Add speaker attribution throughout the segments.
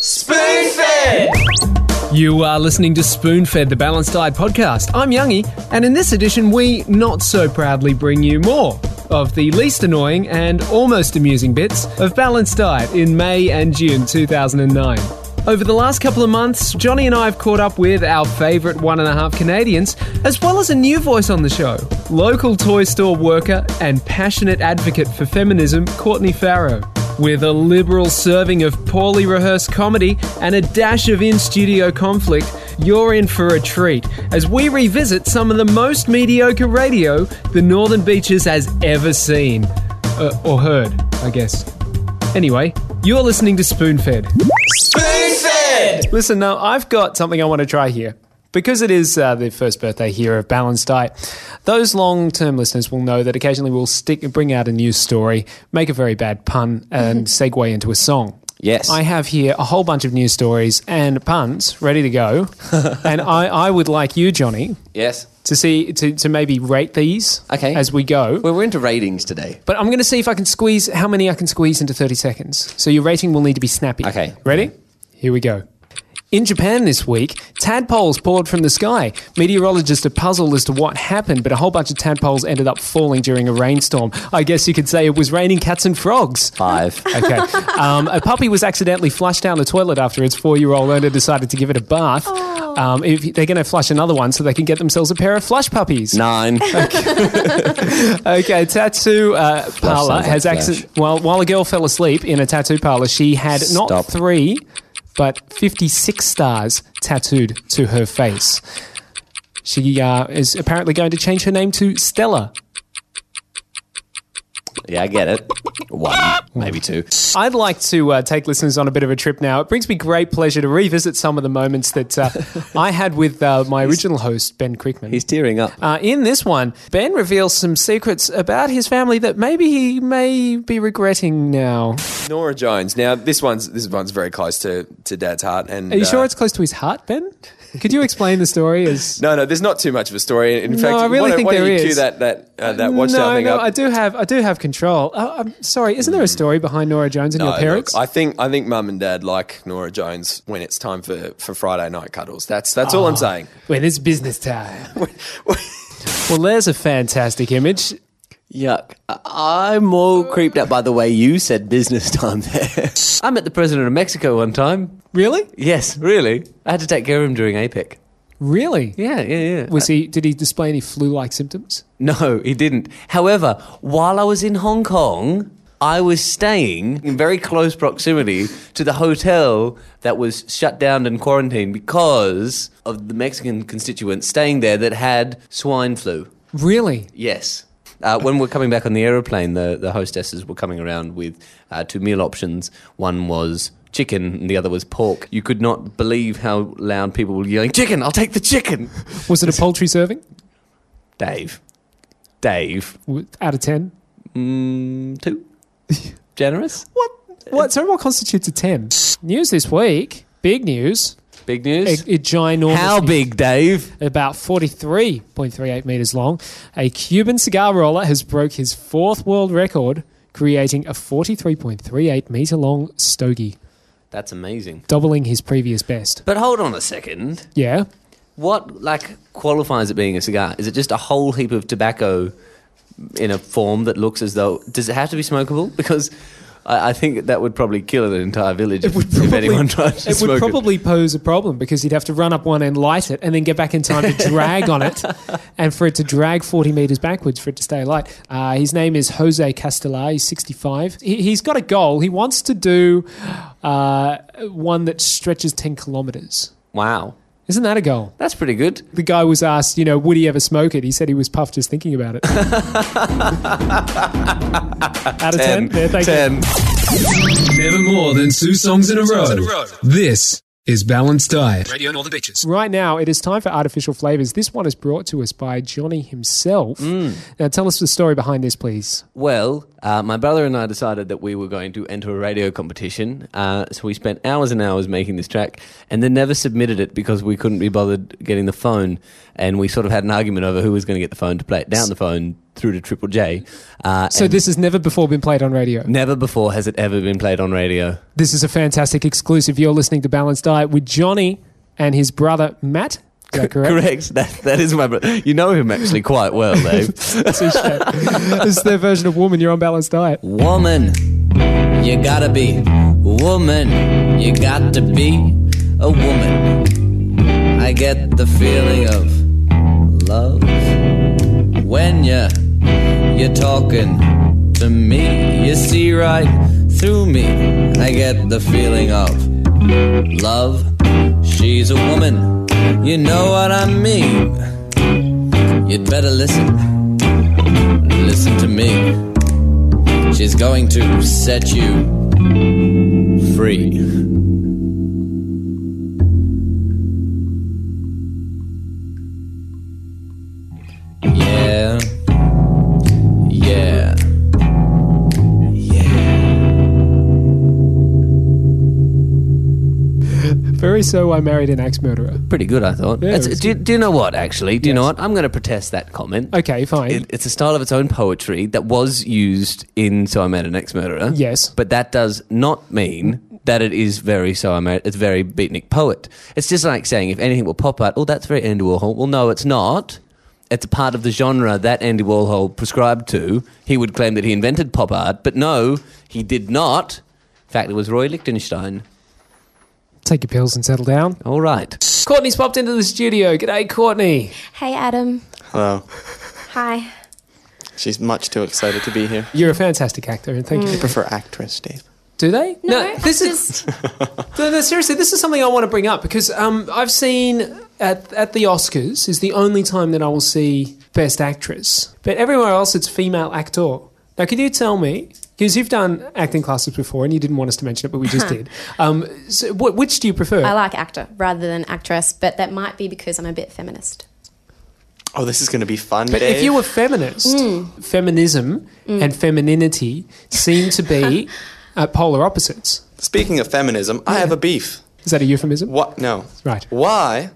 Speaker 1: Spoon fed.
Speaker 2: You are listening to Spoon Fed, the Balanced Diet Podcast. I'm Youngie, and in this edition, we not so proudly bring you more of the least annoying and almost amusing bits of Balanced Diet in May and June 2009. Over the last couple of months, Johnny and I have caught up with our favourite one and a half Canadians, as well as a new voice on the show local toy store worker and passionate advocate for feminism, Courtney Farrow. With a liberal serving of poorly rehearsed comedy and a dash of in studio conflict, you're in for a treat as we revisit some of the most mediocre radio the Northern Beaches has ever seen. Uh, or heard, I guess. Anyway, you're listening to Spoonfed.
Speaker 1: Spoon fed.
Speaker 2: Listen, now I've got something I want to try here. Because it is uh, the first birthday here of Balanced Diet, those long term listeners will know that occasionally we'll stick bring out a news story, make a very bad pun, and segue into a song.
Speaker 1: Yes.
Speaker 2: I have here a whole bunch of news stories and puns ready to go. and I, I would like you, Johnny,
Speaker 1: Yes.
Speaker 2: to see to, to maybe rate these
Speaker 1: Okay.
Speaker 2: as we go.
Speaker 1: Well, we're into ratings today.
Speaker 2: But I'm going to see if I can squeeze how many I can squeeze into 30 seconds. So your rating will need to be snappy.
Speaker 1: Okay.
Speaker 2: Ready? Here we go. In Japan this week, tadpoles poured from the sky. Meteorologists are puzzled as to what happened, but a whole bunch of tadpoles ended up falling during a rainstorm. I guess you could say it was raining cats and frogs.
Speaker 1: Five.
Speaker 2: Okay. Um, a puppy was accidentally flushed down the toilet after its four year old owner decided to give it a bath. Um, if, they're going to flush another one so they can get themselves a pair of flush puppies.
Speaker 1: Nine.
Speaker 2: Okay, tattoo uh, parlor
Speaker 1: sounds like
Speaker 2: has
Speaker 1: Flash.
Speaker 2: accident. Well, while a girl fell asleep in a tattoo parlor, she had not
Speaker 1: Stop.
Speaker 2: three, but fifty-six stars tattooed to her face. She uh, is apparently going to change her name to Stella.
Speaker 1: Yeah, I get it. One, maybe two.
Speaker 2: I'd like to uh, take listeners on a bit of a trip now. It brings me great pleasure to revisit some of the moments that uh, I had with uh, my original host Ben Crickman.
Speaker 1: He's tearing up.
Speaker 2: Uh, in this one, Ben reveals some secrets about his family that maybe he may be regretting now.
Speaker 3: Nora Jones. Now this one's this one's very close to, to Dad's heart. And
Speaker 2: Are you
Speaker 3: uh,
Speaker 2: sure it's close to his heart, Ben? Could you explain the story? As
Speaker 3: no, no. There's not too much of a story. In fact,
Speaker 2: I really
Speaker 3: why, don't-
Speaker 2: think
Speaker 3: why
Speaker 2: there
Speaker 3: don't you
Speaker 2: is.
Speaker 3: cue that that uh, that
Speaker 2: no,
Speaker 3: watch thing
Speaker 2: no,
Speaker 3: up? Hmm.
Speaker 2: I do have, I do have control. Uh, I'm sorry, isn't there a story behind Nora Jones and
Speaker 3: No,
Speaker 2: your
Speaker 3: Uh, look,
Speaker 2: parents?
Speaker 3: I think I think Mum and Dad like Nora Jones when it's time for, for Friday night cuddles. That's that's
Speaker 2: Ah.
Speaker 3: all I'm saying.
Speaker 2: when it's business time. well, there's a fantastic image.
Speaker 1: Yuck.
Speaker 2: Uh,
Speaker 1: I- I'm more creeped out by the way you said business time there. I met the president of Mexico one time.
Speaker 2: Really,
Speaker 1: Yes, really. I had to take care of him during E APEC.
Speaker 2: really.
Speaker 1: Yeah, yeah, yeah.
Speaker 2: Was he? Did he display any flu-like symptoms?
Speaker 1: No, he didn't. However, while I was in Hong Kong, I was staying in very close proximity to the hotel that was shut down and quarantined because of the Mexican constituents staying there that had swine flu.
Speaker 2: Really?
Speaker 1: Yes. Uh, when we're coming back on the aeroplane, the, the hostesses were coming around with uh, two meal options. One was chicken, and the other was pork. You could not believe how loud people were yelling, Chicken, I'll take the chicken!
Speaker 2: Was it a poultry serving?
Speaker 1: Dave. Dave.
Speaker 2: W- Out of ten.
Speaker 1: Mm, two. Generous.
Speaker 2: What? What? So what constitutes a ten? News this week. Big news.
Speaker 1: Big
Speaker 2: A,
Speaker 1: news.
Speaker 2: a ginormous.
Speaker 1: How big, Dave?
Speaker 2: about 43.38 meters long, a Cuban cigar roller has broke his fourth world record, creating a 43.38 meter long stogie,
Speaker 1: That's amazing.
Speaker 2: doubling his previous best.
Speaker 1: But hold on a second.
Speaker 2: Yeah.
Speaker 1: What like qualifies it being a cigar? Is it just a whole heap of tobacco in a form that looks as though does it have to be smokable? Because I, I think that would probably kill an entire village if, if anyone tried to
Speaker 2: it
Speaker 1: smoke
Speaker 2: would probably pose a problem because he'd have to run up one and light it and then get back in time to drag on it and for it to drag 40 meters backwards for it to stay light. Uh, his name is Jose Castellar. He's 65. He, he's got a goal. He wants to do uh, one that stretches 10 kilometers.
Speaker 1: Wow,
Speaker 2: Isn't that a goal?
Speaker 1: that's pretty good.
Speaker 2: The guy was asked, you know, would he ever smoke it? He said he was puffed just thinking about it. Out of 10? There, thank you.
Speaker 1: Ten.
Speaker 4: Never more than two songs in a row. This is Balanced Diet. Radio Northern Beaches.
Speaker 2: Right now, it is time for artificial flavors. This one is brought to us by Johnny himself.
Speaker 1: Mm.
Speaker 2: Now, tell us the story behind this, please.
Speaker 1: Well, uh, my brother and I decided that we were going to enter a radio competition. Uh, so we spent hours and hours making this track and then never submitted it because we couldn't be bothered getting the phone. And we sort of had an argument over who was going to get the phone to play it down the phone through to Triple J. Uh,
Speaker 2: So
Speaker 1: and
Speaker 2: this has never before been played on radio.
Speaker 1: never before has it ever been played on radio.
Speaker 2: This is a fantastic exclusive. You're listening to Balanced Diet with Johnny and his brother Matt. Is that correct?
Speaker 1: Correct. That, that is my brother. You know him actually quite well, Dave.
Speaker 2: Touche. this is their version of Woman. You're on Balanced Diet.
Speaker 1: Woman, you gotta be. Woman, you got to be a woman. I get the feeling of love when you you're talking to me. You see right through me. I get the feeling of love. She's a woman. You know what I mean. You'd better listen. Listen to me. She's going to set you free. Yeah. Yeah.
Speaker 2: Very so. I married an axe murderer.
Speaker 1: Pretty good, I thought.
Speaker 2: Yeah,
Speaker 1: That's-
Speaker 2: it's
Speaker 1: do, do you know what, actually? Do you know what? I'm going to protest that comment.
Speaker 2: Okay, fine.
Speaker 1: It, it's a style of its own poetry that was used in So I Made an Ex Murderer.
Speaker 2: Yes.
Speaker 1: But that does not mean that it is very So I Made It's very beatnik poet. It's just like saying if anything will pop out, oh, that's very Andy Warhol. Well, no, it's not. It's a part of the genre that Andy Warhol prescribed to. He would claim that he invented pop art, but no, he did not. In fact, it was Roy Lichtenstein.
Speaker 2: Take your pills and settle down.
Speaker 1: All right.
Speaker 2: Courtney's popped into the studio. G'day, Courtney.
Speaker 5: Hey, Adam.
Speaker 6: Hello.
Speaker 5: Hi.
Speaker 6: She's much too excited to be here.
Speaker 2: You're a fantastic actor, and thank you.
Speaker 6: I prefer actress, Dave.
Speaker 2: Do they?
Speaker 5: Mm. No, I
Speaker 2: this is no, no, seriously. This is something I want to bring up because um, I've seen at at the Oscars is the only time that I will see Best Actress, but everywhere else it's female actor. Now, can you tell me? Because you've done acting classes before, and you didn't want us to mention it, but we just did. Um, so wh- which do you prefer?
Speaker 5: Uh-huh. I like actor rather than actress, but that might be because I'm a bit feminist.
Speaker 6: Oh, this is going to be fun,
Speaker 2: But
Speaker 6: Dave.
Speaker 2: if you were feminist,
Speaker 5: Hmm.
Speaker 2: feminism
Speaker 5: Mm.
Speaker 2: and femininity seem to be uh, polar opposites.
Speaker 6: Speaking of feminism, I have a beef.
Speaker 2: Is that a euphemism?
Speaker 6: What? No.
Speaker 2: Right.
Speaker 6: Why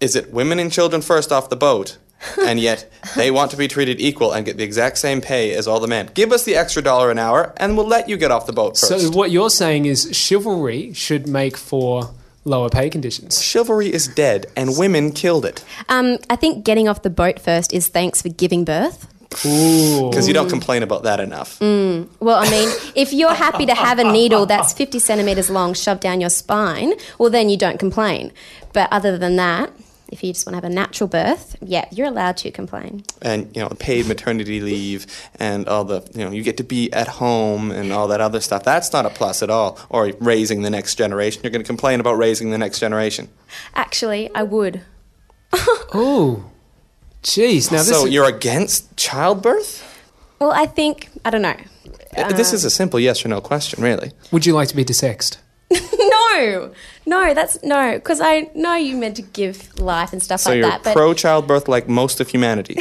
Speaker 6: is it women and children first off the boat, and yet they want to be treated equal and get the exact same pay as all the men? Give us the extra dollar an hour, and we'll let you get off the boat first.
Speaker 2: So what you're saying is chivalry should make for lower pay conditions.
Speaker 6: Chivalry is dead, and women killed it.
Speaker 5: Um, I think getting off the boat first is thanks for giving birth.
Speaker 6: Because you don't complain about that enough.
Speaker 5: Well, I mean, if you're happy to have a needle that's 50 centimetres long shoved down your spine, well, then you don't complain. But other than that, if you just want to have a natural birth, yeah, you're allowed to complain.
Speaker 6: and you know paid maternity leave and all the you know you get to be at home and all that other stuff that's not a plus at all or raising the next generation you're going to complain about raising the next generation
Speaker 5: Actually, I would.
Speaker 2: Oh, jeez. Now this
Speaker 6: so
Speaker 2: is,
Speaker 6: you're against childbirth
Speaker 5: Well, I think, I don't know.
Speaker 6: this
Speaker 2: Uh,
Speaker 6: is a simple yes or no question really
Speaker 2: would you like to be desexed?
Speaker 5: No, no, that's no, because I know you meant to give life and stuff
Speaker 6: so
Speaker 5: like
Speaker 6: you're
Speaker 5: that. But
Speaker 6: pro childbirth like most of humanity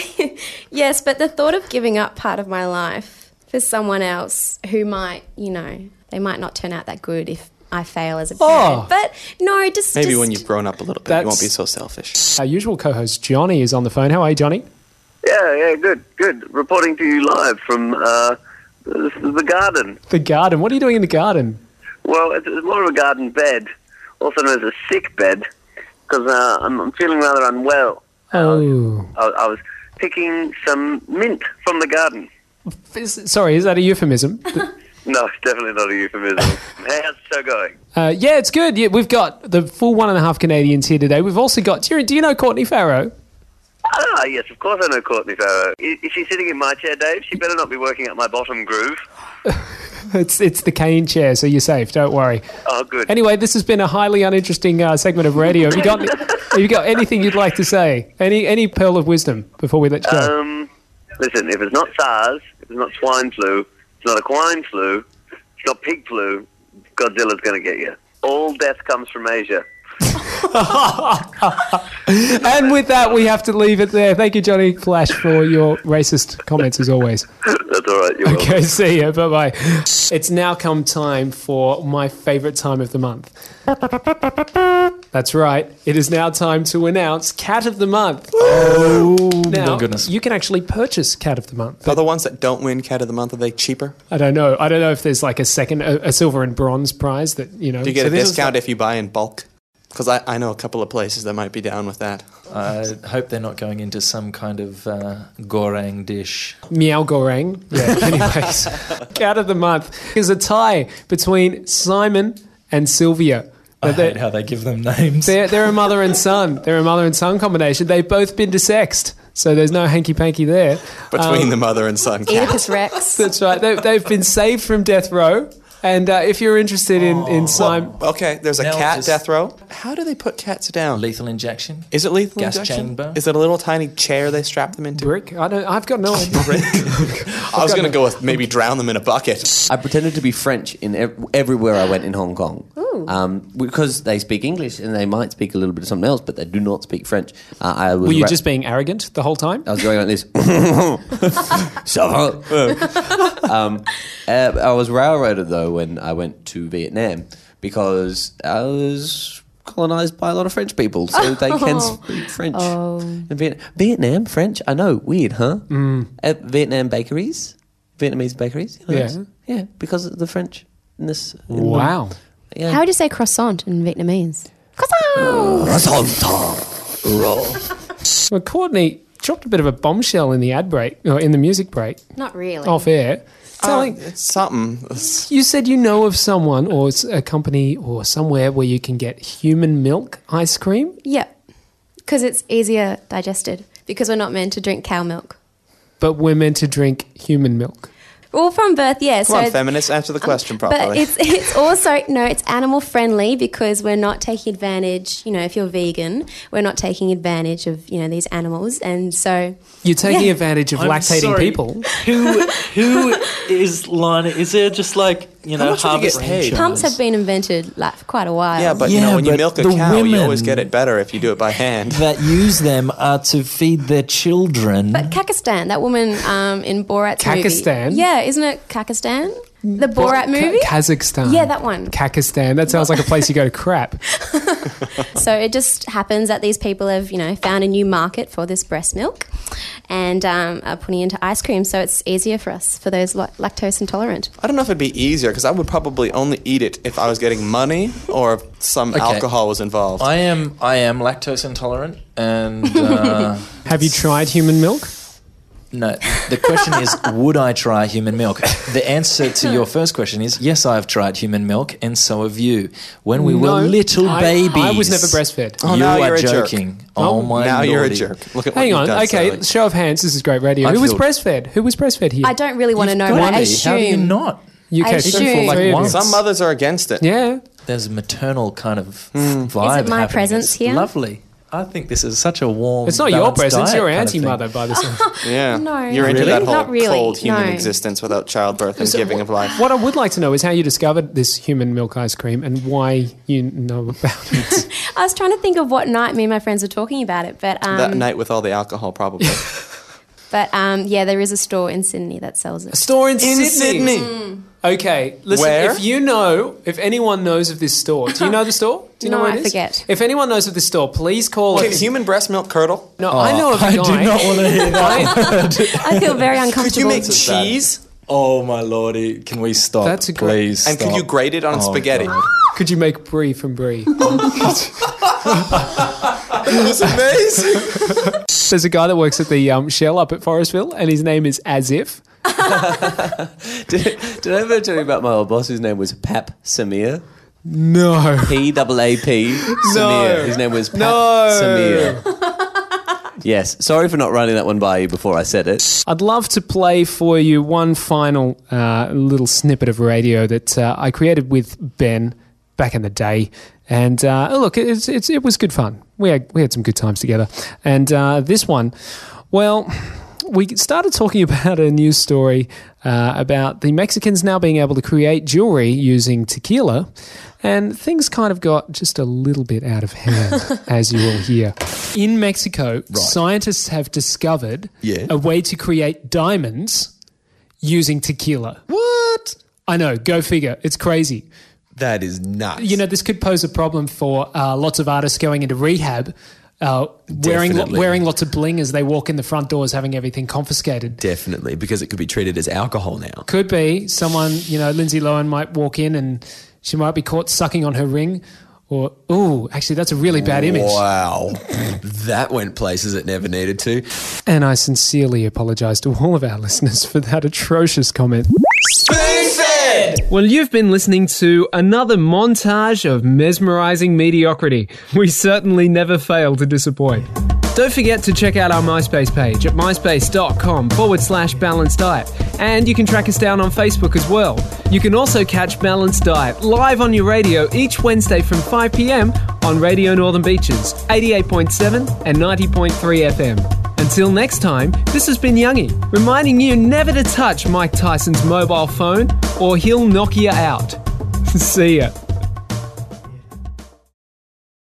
Speaker 5: Yes, but the thought of giving up part of my life for someone else who might, you know, they might not turn out that good if I fail as a
Speaker 2: Oh.
Speaker 5: parent. But no, just
Speaker 6: maybe
Speaker 5: just,
Speaker 6: when you've grown up a little bit you
Speaker 2: That's-
Speaker 6: won't be so selfish
Speaker 2: Our usual co-host Johnny is on the phone. How are you, Johnny?
Speaker 7: Yeah, yeah, good, good. Reporting to you live from uh, this is the garden.
Speaker 2: The garden. What are you doing in the garden?
Speaker 7: Well, it's, it's more of a garden bed, also known as a sick bed, because uh, I'm, I'm feeling rather unwell.
Speaker 2: Oh,
Speaker 7: I, I was picking some mint from the garden.
Speaker 2: Is- sorry. Is that a euphemism?
Speaker 7: No, it's definitely not a euphemism. How's the show going?
Speaker 2: Uh, yeah, it's good. Yeah, we've got the full one and a half Canadians here today. We've also got. Do you, do you know Courtney Farrow?
Speaker 7: Ah, yes, of course I know Courtney Farrow. Is, is she sitting in my chair, Dave? She better not be working up my bottom groove.
Speaker 2: It's it's the cane chair, so you're safe. Don't worry.
Speaker 7: Oh, good.
Speaker 2: Anyway, this has been a highly uninteresting uh, segment of radio. Have you got have you got anything you'd like to say? Any any pearl of wisdom before we let you go?
Speaker 7: Um, listen, if it's not SARS, if it's not swine flu, it's not equine flu, it's not pig flu, Godzilla's going to get you. All death comes from Asia.
Speaker 2: and with that, we have to leave it there. Thank you, Johnny Flash, for your racist comments as always.
Speaker 7: That's all right. You're welcome.
Speaker 2: Okay, see you. Bye bye. It's now come time for my favorite time of the month. That's right. It is now time to announce Cat of the Month. now,
Speaker 8: Oh, my goodness.
Speaker 2: You can actually purchase Cat of the Month.
Speaker 6: Are the ones that don't win Cat of the Month, are they cheaper?
Speaker 2: I don't know. I don't know if there's like a second, a, a silver and bronze prize that, you know.
Speaker 6: Do you get
Speaker 2: so
Speaker 6: a
Speaker 2: this is
Speaker 6: discount if you buy in bulk? Because I, I know a couple of places that might be down with that.
Speaker 8: I hope they're not going into some kind of uh, goreng dish.
Speaker 2: Meow Goreng. Yeah, anyways. Cat of the Month is a tie between Simon and Sylvia.
Speaker 8: I
Speaker 2: They're-
Speaker 8: hate how they give them names.
Speaker 2: They're, they're a mother and son. They're a mother and son combination. They've both been dissexed, so there's no hanky panky there.
Speaker 6: Between
Speaker 2: Um,
Speaker 6: the mother and son cat.
Speaker 5: Oedipus Rex.
Speaker 2: That's right. They, they've been saved from death row. And uh, if you're interested in,
Speaker 6: Oh.
Speaker 2: in Simon,
Speaker 6: Okay, there's a
Speaker 8: Now
Speaker 6: cat
Speaker 8: just-
Speaker 6: death row. How do they put cats down?
Speaker 8: Lethal injection.
Speaker 6: Is it lethal
Speaker 8: Gas
Speaker 6: injection?
Speaker 8: chamber?
Speaker 6: Is it a little tiny chair they strap them into?
Speaker 2: brick, I don't. I've got no idea.
Speaker 6: I was going to go with maybe drown them in a bucket.
Speaker 1: I pretended to be French in ev- everywhere I went in Hong Kong
Speaker 5: Ooh.
Speaker 1: um, because they speak English and they might speak a little bit of something else, but they do not speak French. Uh, I was
Speaker 2: Were you
Speaker 1: ra-
Speaker 2: just being arrogant the whole time?
Speaker 1: I was going like this. Ça va? um, uh, I was railroaded though when I went to Vietnam because I was colonized by a lot of French people, so they can speak French. In Viet- Vietnam, French, I know, weird, huh? Mm. At Vietnam bakeries, Vietnamese bakeries, you know,
Speaker 2: Yeah.
Speaker 1: it's- yeah, because of the French. In this, in the-
Speaker 2: Wow.
Speaker 1: yeah.
Speaker 5: How would you say croissant in Vietnamese? Croissant.
Speaker 6: Oh.
Speaker 2: Well, Courtney dropped a bit of a bombshell in the ad break or in the music break
Speaker 5: Not really.
Speaker 6: Oh.
Speaker 2: off air.
Speaker 5: Oh.
Speaker 2: Telling
Speaker 6: Uh, It's something.
Speaker 2: you said you know of someone or s- a company or somewhere where you can get human milk ice cream,
Speaker 5: Yeah, because it's easier digested. Because we're not meant to drink cow milk.
Speaker 2: but we're meant to drink human milk.
Speaker 5: Well, from birth, yeah.
Speaker 6: Come
Speaker 5: so
Speaker 6: on, feminists, answer the question properly.
Speaker 5: But it's it's also no, it's animal friendly because we're not taking advantage. You know, if you're vegan, we're not taking advantage of you know these animals, and so
Speaker 2: You're taking
Speaker 5: Yeah.
Speaker 2: advantage of
Speaker 8: I'm
Speaker 2: lactating
Speaker 8: sorry.
Speaker 2: people.
Speaker 8: Who who is line? Is there just like you know
Speaker 6: much do they get
Speaker 8: harvest
Speaker 6: paid?
Speaker 5: pumps have been invented like for quite a while.
Speaker 6: yeah, but you know,
Speaker 8: Yeah,
Speaker 6: when you
Speaker 8: but
Speaker 6: milk a
Speaker 8: the
Speaker 6: cow, you always
Speaker 8: women-
Speaker 6: get it better if you do it by hand.
Speaker 8: that use them are to feed their children.
Speaker 5: But Kakistan, that woman um, in Borat's
Speaker 2: Kakistan?
Speaker 5: movie. Yeah, isn't it Kakistan? The Borat
Speaker 2: Ka-
Speaker 5: movie?
Speaker 2: Kazakhstan.
Speaker 5: Yeah, that one.
Speaker 2: Kakistan. That sounds like a place you go to crap.
Speaker 5: So it just happens that these people have, you know, found a new market for this breast milk and um, are putting it into ice cream. So it's easier for us, for those lac- lactose intolerant.
Speaker 6: I don't know if it'd be easier because I would probably only eat it if I was getting money or if some alcohol was involved.
Speaker 8: I am I am lactose intolerant, and uh,
Speaker 2: Have you tried human milk?
Speaker 8: no. The question is, would I try human milk? The answer to your first question is yes. I've tried human milk, and so have you. When we were
Speaker 2: No,
Speaker 8: little
Speaker 2: I-
Speaker 8: babies,
Speaker 2: I was never breastfed.
Speaker 6: Oh,
Speaker 8: you
Speaker 6: now
Speaker 8: are
Speaker 6: you're a jerk.
Speaker 8: joking. Oh,
Speaker 2: Oh,
Speaker 8: my!
Speaker 6: now you're a
Speaker 8: lordy.
Speaker 6: jerk. Look at what
Speaker 2: Hang
Speaker 6: you've
Speaker 2: on.
Speaker 6: done,
Speaker 2: Okay,
Speaker 6: Sterling.
Speaker 2: show of hands. This is great radio.
Speaker 8: I
Speaker 2: Who was
Speaker 8: feel-
Speaker 2: breastfed? Who was breastfed here?
Speaker 5: I don't really want to know,
Speaker 8: Got
Speaker 5: but I
Speaker 8: to be.
Speaker 5: assume.
Speaker 8: How do you not?
Speaker 2: You
Speaker 5: I
Speaker 2: catch them
Speaker 5: assume-
Speaker 2: for like
Speaker 8: Like
Speaker 2: three of
Speaker 8: once.
Speaker 2: you.
Speaker 6: Some mothers are against it.
Speaker 2: Yeah.
Speaker 8: There's a maternal kind of
Speaker 6: Hmm.
Speaker 8: vibe.
Speaker 5: my
Speaker 8: happening.
Speaker 5: presence
Speaker 8: It's
Speaker 5: here?
Speaker 8: Lovely. I think this is such a warm.
Speaker 2: It's not your
Speaker 8: balanced
Speaker 2: presence.
Speaker 8: diet
Speaker 2: Your
Speaker 8: kind of thing.
Speaker 2: anti-mother by the sound.
Speaker 6: Yeah.
Speaker 5: No.
Speaker 6: You're into
Speaker 5: Really?
Speaker 6: that whole
Speaker 5: Not really,
Speaker 6: cold human
Speaker 5: no.
Speaker 6: existence without childbirth and
Speaker 2: So
Speaker 6: giving
Speaker 2: wh-
Speaker 6: of life.
Speaker 2: What I would like to know is how you discovered this human milk ice cream and why you know about it.
Speaker 5: I was trying to think of what night me and my friends were talking about it, but um,
Speaker 6: That night with all the alcohol, probably.
Speaker 5: but um, yeah, there is a store in Sydney that sells it.
Speaker 2: Store in, Sydney. Hmm. Okay, listen.
Speaker 6: Where?
Speaker 2: If you know, if anyone knows of this store, do you know the store? Do you know
Speaker 5: No,
Speaker 2: where
Speaker 5: I
Speaker 2: it is?
Speaker 5: forget.
Speaker 2: If anyone knows of this store, please call
Speaker 6: Can
Speaker 2: us.
Speaker 6: human breast milk curdle?
Speaker 2: no, I know of a guy.
Speaker 8: I do not want to hear that.
Speaker 5: I feel very
Speaker 6: Could you
Speaker 5: uncomfortable.
Speaker 6: make
Speaker 8: bad.
Speaker 6: cheese?
Speaker 8: oh my lordy! Can we stop?
Speaker 2: That's a great-
Speaker 8: please.
Speaker 6: And could
Speaker 8: stop.
Speaker 6: you grate it on
Speaker 8: Oh,
Speaker 6: spaghetti?
Speaker 8: God.
Speaker 2: Could you make brie from brie?
Speaker 6: That's amazing.
Speaker 2: There's a guy that works at the um, Shell up at Forestville, and his name is As If.
Speaker 1: did, did I ever tell you about my old boss whose name was Pap Samir?
Speaker 2: No.
Speaker 1: P double A P Samir. His name was Pat
Speaker 2: No.
Speaker 1: Samir. yes. Sorry for not running that one by you before I said it.
Speaker 2: I'd love to play for you one final uh, little snippet of radio that uh, I created with Ben back in the day. And uh, oh, look, it's, it's, it was good fun. We had, we had some good times together. And uh, this one, well, we started talking about a news story uh, about the Mexicans now being able to create jewelry using tequila. And things kind of got just a little bit out of hand, as you will hear. In Mexico, scientists have discovered
Speaker 3: Yeah.
Speaker 2: a way to create diamonds using tequila.
Speaker 3: What?
Speaker 2: I know, go figure. It's crazy.
Speaker 3: That is nuts.
Speaker 2: you know, this could pose a problem for uh, lots of artists going into rehab, uh, wearing lo-
Speaker 3: Definitely.
Speaker 2: wearing lots of bling as they walk in the front doors, having everything confiscated.
Speaker 3: Definitely, because it could be treated as alcohol now.
Speaker 2: Could be someone, you know, Lindsay Lohan might walk in and she might be caught sucking on her ring, or ooh, actually, that's a really bad image.
Speaker 3: Wow. that went places it never needed to.
Speaker 2: And I sincerely apologise to all of our listeners for that atrocious comment.
Speaker 4: Well, you've been listening to another montage of mesmerizing mediocrity. We certainly never fail to disappoint. Don't forget to check out our MySpace page at myspace.com forward slash balanced diet. And you can track us down on Facebook as well. You can also catch Balanced Diet live on your radio each Wednesday from 5 pm on Radio Northern Beaches, 88.7 and 90.3 FM. Until next time, this has been Youngie, reminding you never to touch Mike Tyson's mobile phone or he'll knock you out. See ya.